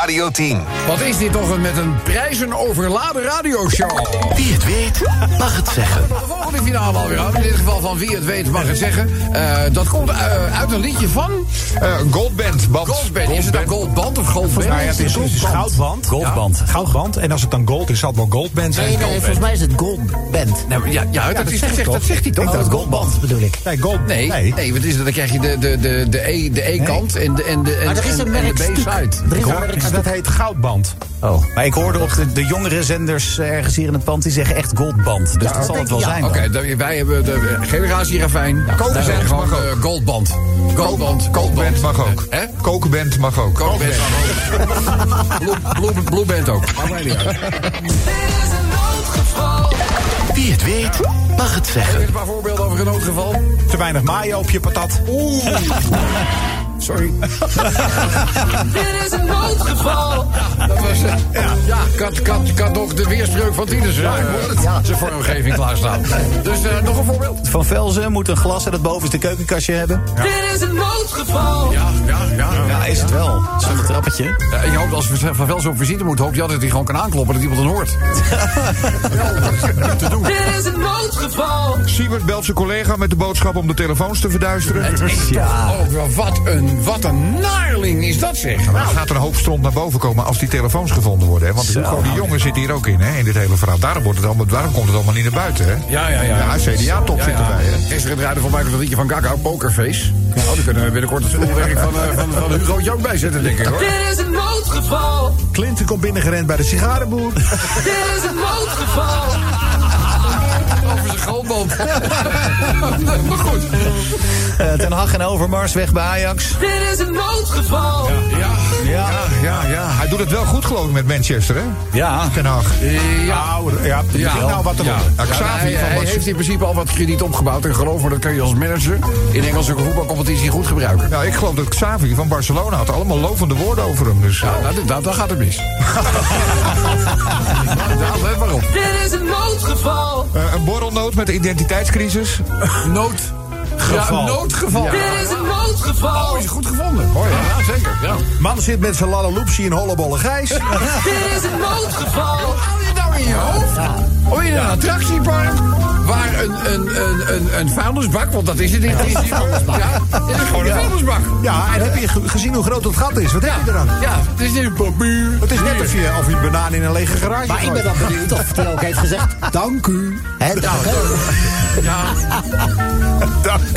S1: Radio 10.
S2: Wat is dit toch een- met een prijzenoverladen radioshow? Wie het weet, mag het zeggen. De volgende finale alweer aan. In dit geval van Wie het weet, mag het zeggen. Eh, dat komt eh, uit een liedje van...
S6: Goldband. Band.
S2: Goldband. Is het nou Goldband of Goldband?
S5: Nou ja, het is, het is goudband.
S9: Goldband.
S5: Ja, goudband. En als het dan gold is, zal het wel goldband zijn.
S4: Nee, nee, volgens mij is het Gold Band.
S2: Nou, ja, ja, dat,
S5: dat
S2: is,
S5: zeg
S2: dat,
S5: ik
S2: zegt,
S5: toch?
S2: dat zegt hij toch?
S5: Ik dacht
S4: Goldband bedoel ik.
S5: Nee, gold,
S2: Nee, nee. wat is dat? Dan krijg je de, de, de, de E-kant de e kant en de, en de, en,
S4: Maar er is een
S2: en- en de
S4: merkstuk.
S2: B-side.
S4: Er is een
S5: Ja,
S4: merkstuk.
S5: dat heet goudband.
S9: Oh. Maar ik hoorde op de, de jongere zenders eh, ergens hier in het pand, die zeggen echt goldband. Dus dat zal het wel
S4: ja.
S9: zijn.
S2: Oké,
S9: dan.
S2: dan- wij hebben de generatie Ravijn. Koken zijn gewoon eh, Goldband. Goldband. Goldband
S6: Kookband mag ook.
S2: Hè?
S6: Kokenband mag ook.
S2: Kookband. Blue, Blue, Blue Band ook. Maakt mij niet uit.
S10: Dit is een noodgeval.
S9: Wie het weet, mag het zeggen.
S2: Even een paar voorbeelden over een noodgeval.
S5: Te weinig mayo op je patat.
S2: Sorry.
S10: Dit is een noodgeval.
S2: Dat was het. Ja, kat, kat, kat nog de weerspreuk van Tieners. Ja, ik hoor het. Zijn vormgeving klaarstaan. Dus eh, nog een voorbeeld.
S9: Van Velzen moet een glas uit het bovenste keukenkastje hebben.
S10: Dit is een noodgeval.
S2: Ja, ja, ja.
S9: Ja, is het wel. Zo'n trappetje.
S2: Ja, je hoopt als Van Velsen op visite moet, hoopt je altijd dat hij gewoon kan aankloppen dat iemand het hoort.
S10: Dit is een noodgeval.
S6: Siebert belt zijn collega met de boodschap om de telefoons te verduisteren.
S9: Ja.
S2: Oh, wel, wat een, wat een naarling is dat zeg.
S6: Maar er gaat er een hoop stront naar boven komen als die telefoons gevonden worden. Hè? Want Hugo de Jonge zit hier ook in, hè, in dit hele verhaal. Daarom, wordt het allemaal, daarom komt het allemaal niet naar buiten, hè?
S2: Ja, ja, ja.
S6: Ja, CDA-top
S2: Ja,
S6: zitten
S2: ja.
S6: wij, hè?
S2: Gisteren draaide voor mij ook dat liedje van Gaga, Pokerface. Nou, dan kunnen we binnenkort het schoolwerk van, eh, van, van Hugo Jook bijzetten, denk ik hoor.
S10: Dit is een noodgeval.
S5: Clinton komt binnengerend bij de sigarenboer.
S10: Dit is een noodgeval.
S2: Over zijn goalband. maar goed.
S9: Eh, Ten Hag en Overmars weg bij Ajax.
S10: Dit is een noodgeval.
S2: Ja,
S6: Ja, ja, ja. Hij doet het wel goed, geloof ik, met Manchester, hè?
S9: Ja.
S6: Ten Hag.
S2: ja.
S5: Nou, ja, nou wat dan
S2: ja.
S5: ook.
S2: Ja,
S6: Xavi
S2: hij,
S6: van
S2: hij
S6: Bas-
S2: heeft in principe al wat krediet opgebouwd. En geloof me, dat kan je als manager in Engelse voetbalcompetitie goed gebruiken.
S6: Nou, ik geloof dat Xavi van Barcelona had allemaal lovende woorden over hem. Dus
S2: Ja, nou, dan, dan gaat het mis. nou, let maar op.
S10: Dit is een noodgeval.
S6: eh, een borrelnoot met een identiteitscrisis.
S2: Noodgeval. Ja, noodgeval.
S10: Dit is een noodgeval.
S2: Oh, is goed gevonden. Mooi, ja, ja, zeker. Ja.
S5: Man zit met zijn lalaloopsie in hollebolle gijs.
S10: Dit is een noodgeval.
S2: Hou je nou in je hoofd? Of in een attractiepark? Waar een, een, een, een, een vuilnisbak, want dat is het in principe. Ja, het is gewoon een vuilnisbak.
S5: Ja, en heb je ge- gezien hoe groot dat gat is? Wat heb je er dan?
S2: Ja, het is een papier.
S5: Het is net of je, of je een banaan in een lege garage
S4: Maar ik ben
S5: gooit.
S4: dan benieuwd of hij ook heeft gezegd, dank u. Hè, dank u.
S2: Ja.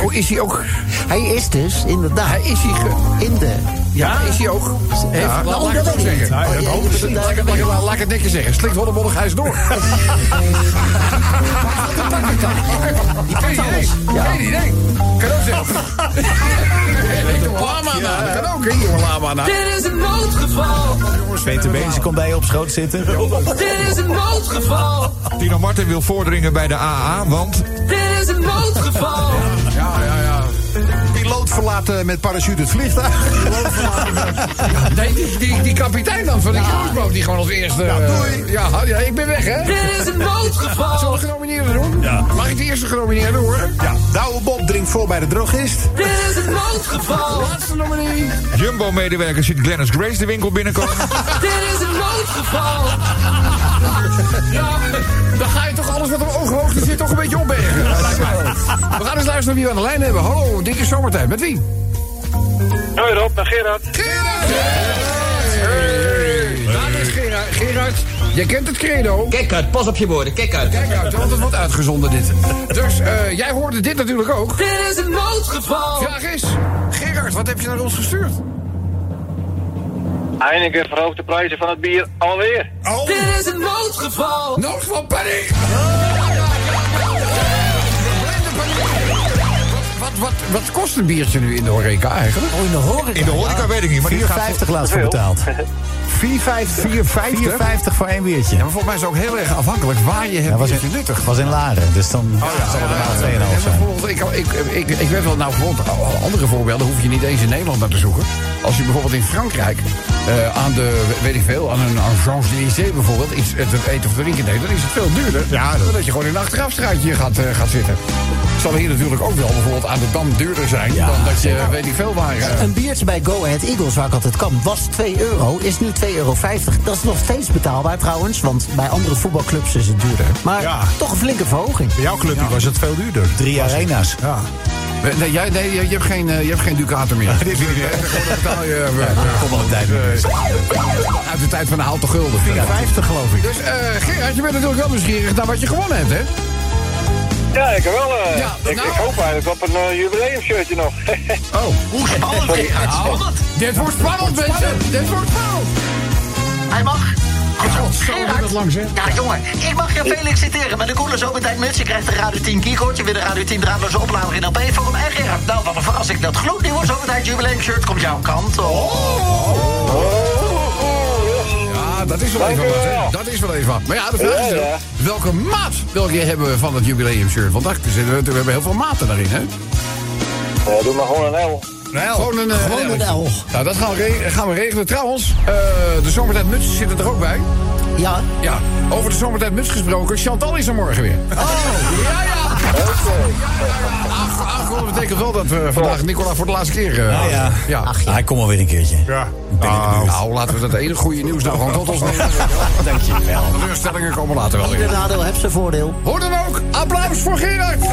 S2: Oh, is hij ook?
S4: Hij is dus, inderdaad,
S2: Hij is hij ge...
S4: in de...
S2: Ja, is hij ook? Heeft, laat, laat ik
S4: dat
S2: het ook
S4: weet ik
S2: zeggen.
S4: niet. Nee, dat hoop ik
S2: Laat ik- Oh,
S4: niet.
S2: laat ik- laat ik- Laat ik het netjes zeggen. Slikt Hollebollig hij is door. Geen idee. Geen idee. Kan ook zeggen. Jongen, Lama na. Dat kan ook, hè, jongen Lama na.
S10: Dit is een noodgeval.
S9: Peter Beense komt bij je op schoot zitten.
S10: Dit is een noodgeval.
S6: Tino Martin wil vorderingen bij de AA, want...
S10: Dit is een noodgeval.
S2: Ja, ja, ja.
S5: Piloot verlaten met parachute het vliegtuig.
S2: Nee, die, die, die kapitein dan van die cruiseboot die gewoon als eerste... Ja, Ja, ja, ik ben weg, hè.
S10: Dit is een
S2: Zullen
S10: noodgeval.
S2: we genomineerden doen? Mag ik de eerste genomineerde horen?
S5: Ja, Douwe Bob drinkt voor bij de drogist.
S10: Dit is een noodgeval.
S2: Laatste nominee.
S6: Jumbo-medewerker ziet Glennis Grace de winkel binnenkomen.
S10: Dit is een noodgeval.
S2: Ja, dan ga je toch alles wat op ooghoogte zit toch een beetje opbergen. We gaan eens luisteren wie we aan de lijn hebben. Hallo, dit is zomertijd. Met wie?
S11: Hoi Rob, naar Gerard.
S2: Gerard! Hey. Daar is Gerard. Gerard, Lennart, jij kent het credo.
S4: Kijk uit, pas op je woorden, kijk uit.
S2: Kijk uit, want het wordt uitgezonden dit. Dus eh, jij hoorde dit natuurlijk ook.
S10: Dit is een noodgeval.
S2: Vraag is, Gerard, wat heb je naar ons gestuurd?
S12: Heineken verhoogt de prijzen van het bier alweer.
S10: Dit is een noodgeval.
S2: Nood van paniek. Wat, wat, wat kost een biertje nu in de horeca eigenlijk?
S13: Oh, in de horeca?
S14: In de horeca weet ik niet, maar hier gaat...
S5: 4,50 laatst voor betaald.
S14: 4,50? 4,50?
S5: 4,50 voor één biertje.
S2: Ja, maar volgens mij is het ook heel erg afhankelijk waar je
S5: Dat
S2: hebt
S5: was
S2: biertje
S5: in,
S2: nuttig.
S5: was in Laren, dus dan zal het
S2: Ja,
S5: er maar 2,5
S2: en
S5: zijn.
S2: bijvoorbeeld, ik, ik, ik, ik weet wel, nou, bijvoorbeeld andere voorbeelden hoef je niet eens in Nederland naar te zoeken. Als je bijvoorbeeld in Frankrijk eh, aan de, weet ik veel, aan een aan Champs-Élysées bijvoorbeeld iets eh, te eten of te drinken neemt, dan is het veel duurder
S14: Ja, dat-
S2: dan dat je gewoon in een achterafstraatje gaat, eh, gaat zitten. Het zal hier natuurlijk ook wel bijvoorbeeld aan de Dam duurder zijn dan dat je, weet ik veel, waar... eh,
S13: Een biertje bij Go Ahead Eagles, waar ik altijd kan, was 2 euro, is nu 2,50 euro. Dat is nog steeds betaalbaar trouwens, want bij andere voetbalclubs is het duurder. Maar
S15: Ja.
S13: toch een flinke verhoging.
S15: Bij jouw clubje was het veel duurder.
S5: Drie arena's.
S15: Ja.
S2: nee, jij, nee, je hebt geen, eh, je hebt geen Ducato meer.
S15: Dit vind ik niet erg.
S2: Dan betaal je, eh,
S5: Kom op, tijd.
S2: uit de tijd van de Halte Gulden.
S15: 50 geloof ik.
S2: Dus eh Gerard, je bent natuurlijk wel nieuwsgierig naar wat je gewonnen hebt, hè?
S12: Ja, ik heb wel. eh,
S2: Ja,
S12: ik,
S2: nou.
S12: ik hoop eigenlijk op een eh, jubileumshirtje nog. Eh,
S2: Oh.
S4: Hoe spannend Gerard.
S2: Nou, Dit wordt spannend, mensen! Dit wordt spannend!
S4: Hij mag.
S2: Zo dat langs, hè?
S4: Ja, jongen, ik mag jou Felix citeren. Met de koele zomertijd muts. Je krijgt een Radio 10 keycordje. Weer een Radio 10 draadloze oplader in LP voor hem. En Gerard, nou wat een verrassing. Dat gloednieuwe zomertijd jubileum shirt komt jouw kant op.
S2: Ja, dat is wel even wat, hè? Dat is wel even wat. Maar ja, de vraag is
S12: Ja,
S2: wel,
S12: ja.
S2: welke maat wil je hebben van het jubileumshirt? Want daar zitten we, we hebben heel veel maten daarin, hè?
S12: Ja, doe maar gewoon een L.
S2: Gewoon een, eh,
S13: Gewoon een L.
S2: Nou, dat gaan we, re- gaan we regelen. Trouwens, eh, de zomertijdmuts zitten er ook bij.
S13: Ja,
S2: Ja, over de zomertijdmuts gesproken. Chantal is er morgen weer. Oh, ja, ja. Ach, ach, dat betekent wel dat we vandaag Nicola voor de laatste keer... eh,
S5: Ah, ja.
S2: ja.
S5: Ah, ik kom alweer een keertje.
S14: Ja.
S5: Ah.
S2: nou, laten we dat ene goede nieuws nou gewoon tot ons nemen.
S5: Dankjewel.
S2: Teleurstellingen komen later wel
S13: ieder
S2: weer.
S13: nadeel heeft zijn voordeel.
S2: Hoor dan ook, applaus voor Gerard!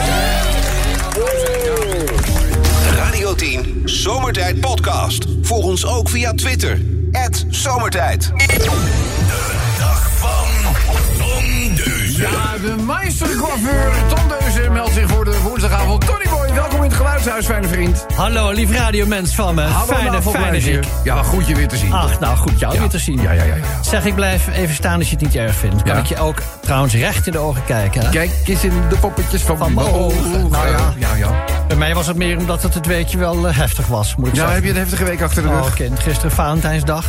S1: Radio 10 Zomertijd Podcast. Volg ons ook via Twitter. Zomertijd.
S2: Ja, de meestercoiffeur Tom Deuzen meldt zich voor de woensdagavond. Tony Boy, welkom in het geluidshuis, fijne vriend.
S4: Hallo, lief radiomens van me. fijne,
S2: Navel
S4: fijne
S2: Blazer.
S4: Dick.
S2: Ja, goed je weer te zien.
S4: Ach, nou goed, jou
S2: Ja.
S4: weer te zien.
S2: Ja, ja, ja, ja.
S4: Zeg, ik blijf even staan als je het niet erg vindt. Kan
S2: Ja.
S4: ik je ook trouwens recht in de ogen kijken? hè?
S2: Kijk eens in de poppetjes van,
S4: Van mijn ogen.
S2: Nou ja, ja, ja.
S4: Bij mij was het meer omdat het het weekje wel eh, heftig was, moet ik
S2: Nou, heb
S4: zeggen.
S2: je Hm. een heftige week achter de
S4: Oh,
S2: rug.
S4: kind, gisteren Valentijnsdag.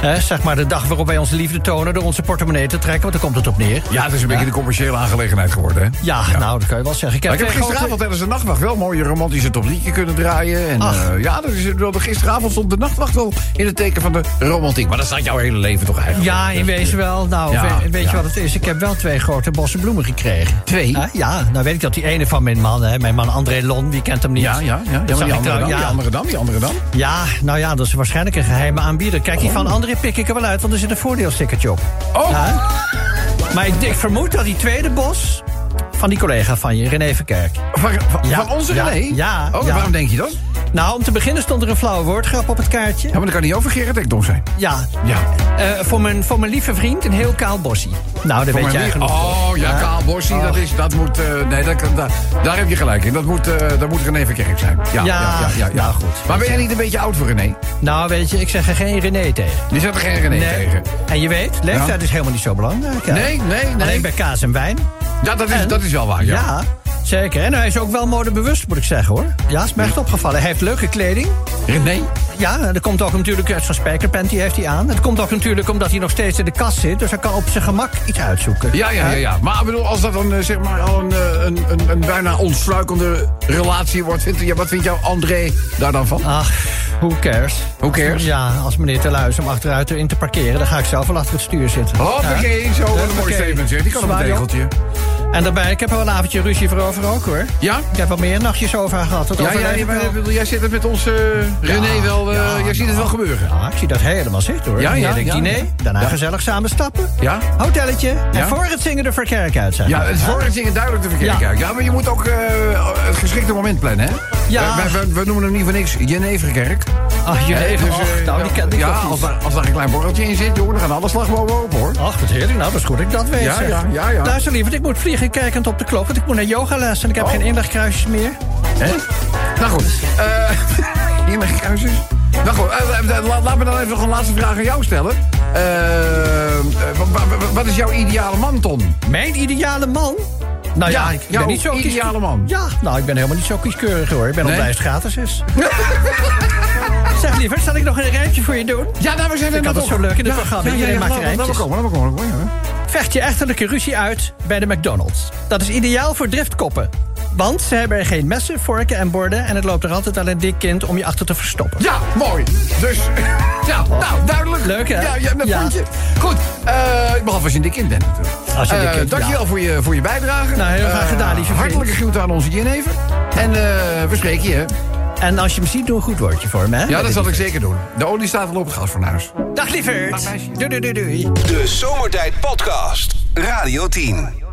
S4: Hè, zeg maar de dag waarop wij onze liefde tonen door onze portemonnee te trekken, want daar komt het op neer.
S2: Ja, het is een beetje de commerciële aangelegenheid geworden, hè?
S4: Ja, nou, dat kan je wel zeggen.
S2: Maar ik heb
S4: twee
S2: gisteravond
S4: grote-
S2: tijdens de nachtwacht wel een mooie romantische top liedje kunnen draaien. En,
S4: Ach.
S2: eh, ja, dat is, het wel. gisteravond stond de nachtwacht wel in het teken van de romantiek. Maar dat staat jouw hele leven toch eigenlijk? eh,
S4: Ja, in wezen wel. Nou,
S2: Ja,
S4: we- weet
S2: ja.
S4: je wat het is? Ik heb wel twee grote bossen bloemen gekregen.
S2: Twee?
S4: Hè? ja, nou weet ik dat die ene van mijn man, hè, mijn man André Lon, die kent hem niet.
S2: Ja, ja, ja. ja, maar
S4: Dat
S2: die,
S4: zag ik
S2: andere
S4: trouw-
S2: dan, die
S4: ja.
S2: andere dan, die andere dan.
S4: Ja, nou ja, dat is waarschijnlijk een geheime aanbieder. Kijk, die van André pik ik er wel uit, want er zit een voordeelstickertje op.
S2: Oh.
S4: Ja. Maar ik, ik vermoed dat die tweede bos van die collega van je, René Verkerk.
S2: Van, van,
S4: Ja,
S2: van onze
S4: ja,
S2: René?
S4: ja,
S2: Oh,
S4: ja.
S2: waarom denk je dat? Ja,
S4: Nou, om te beginnen stond er een flauwe woordgrap op het kaartje.
S2: maar dat kan niet over Gerrit Ekdom zijn.
S4: Ja.
S2: Ja.
S4: Eh, voor, mijn, voor mijn lieve vriend een heel kaal bossie. Nou, dat weet
S2: Maar
S4: jij
S2: wie-
S4: genoeg. Oh.
S2: oh, ja, Kaal Bossi, dat, is, dat moet... eh, nee, dat, kan- daar, daar heb je gelijk in. Dat moet, eh dat moet René Verkerk zijn. Ja, ja, ja, ja, ja.
S4: nou goed.
S2: Maar ben jij niet een beetje oud voor René?
S4: Nou, weet je, ik zeg er geen René tegen.
S2: Je zet er geen René tegen.
S4: En je weet, leeftijd is helemaal niet zo belangrijk. hè?
S2: Nee, nee, nee.
S4: Alleen bij kaas en wijn.
S2: Ja, dat is,
S4: En?
S2: dat is wel waar,
S4: Ja.
S2: ja.
S4: Zeker, en hij is ook wel modebewust, moet ik zeggen hoor. Ja, is me echt opgevallen. Hij heeft leuke kleding.
S2: René?
S4: Ja, en dat komt ook natuurlijk uit zo'n spijkerpent, die heeft hij aan. Het komt ook natuurlijk omdat hij nog steeds in de kast zit, dus hij kan op zijn gemak iets uitzoeken.
S2: Ja, ja, ja, ja. Maar ik bedoel, als dat dan eh, zeg maar al een, eh, een, een, een bijna ontsluikende relatie wordt... Vindt, ja, wat vindt jou André daar dan van?
S4: Ach, who cares?
S2: Who cares?
S4: Ja, als meneer Terluijs om achteruit in te parkeren, dan ga ik zelf wel achter het stuur zitten.
S2: Hoppakee, zo. Wat een mooi
S4: Hoppakee.
S2: statement, zeg. Die kan op een
S4: Zwaai op.
S2: tegeltje.
S4: En daarbij, ik heb er wel een avondje ruzie voor over ook hoor.
S2: Ja?
S4: Ik heb wel meer nachtjes over haar gehad. Dat
S2: Ja, ja,
S4: overleef ik
S2: maar
S4: wel.
S2: ik bedoel, jij zit het met ons eh, René wel... eh, jij ziet het wel gebeuren.
S4: Ja, ik zie dat helemaal zitten hoor.
S2: Ja, ja,
S4: Heerlijk
S2: ja,
S4: diner,
S2: ja.
S4: daarna
S2: Ja.
S4: gezellig samen stappen.
S2: Ja.
S4: Hotelletje.
S2: Ja.
S4: En voor het zingen de verkerk uit zijn.
S2: Ja, het is voor het zingen duidelijk te verkeerde
S4: Ja.
S2: kijken. Ja, maar je moet ook eh, het geschikte moment plannen, hè?
S4: Ja.
S2: Wij, wij- wij noemen hem niet voor niks Jeneverkerk.
S4: Oh,
S2: Ach,
S4: jee,
S2: Hè,
S4: och,
S2: eh,
S4: nou, die kan- die
S2: ja,
S4: kan niet.
S2: als daar, als daar een klein borreltje in zit, jongen, dan gaan alle slagbomen open, hoor.
S4: Ach, wat heerlijk. Nou, dat is goed dat ik dat weet.
S2: Ja,
S4: zeg.
S2: ja, ja, ja.
S4: Luister, lieverd, ik moet vliegen kijkend op de klok. Want ik moet naar yoga les en ik heb
S2: Oh.
S4: geen inlegkruisjes meer.
S2: Hè? Nou goed. eh, Hier leg ik kruisjes. Nou goed, eh, eh, eh, laat, laat me dan even nog een laatste vraag aan jou stellen. Eh, eh, wa- wa- wa- wat is jouw ideale man, Ton?
S4: Mijn ideale man? Nou ja, ik ben niet zo kies-
S2: ideale man.
S4: Ja, nou, ik ben helemaal niet zo kieskeurig hoor. Ik ben
S2: Nee?
S4: op lijst gratis is. zeg liever, zal ik nog een rijmpje voor je doen?
S2: Ja, nou, we zijn
S4: Ik
S2: er
S4: had het
S2: nog
S4: zo leuk in het programma. Iedereen maakt
S2: laat, laat maar
S4: rijmpjes.
S2: komen, laat maar komen. laat maar komen, ja.
S4: Vecht je echterlijke ruzie uit bij de McDonald's. Dat is ideaal voor driftkoppen. Want ze hebben er geen messen, vorken en borden... en het loopt er altijd al een dik kind om je achter te verstoppen.
S2: Ja, mooi. Dus, ja, nou, duidelijk.
S4: Leuk, hè?
S2: Ja, ja dat
S4: Ja.
S2: vond je. Goed, eh, behalve als je een dik kind bent natuurlijk.
S4: Als je een dik
S2: Eh,
S4: kind,
S2: Dankjewel
S4: ja.
S2: voor, je, voor je bijdrage.
S4: Nou, heel graag
S2: Eh,
S4: gedaan, lieve vriend.
S2: Hartelijke groeten aan onze Jenever. En eh, we spreken je.
S4: En als je hem ziet, doe een goed woordje voor hem, hè?
S2: Ja, dat zal ik
S4: Lieverd.
S2: zeker doen. De olie staat al op het gas van huis.
S4: Dag, lieverd. Doei, doei, doei, doei.
S1: De Zomertijd Podcast. Radio 10.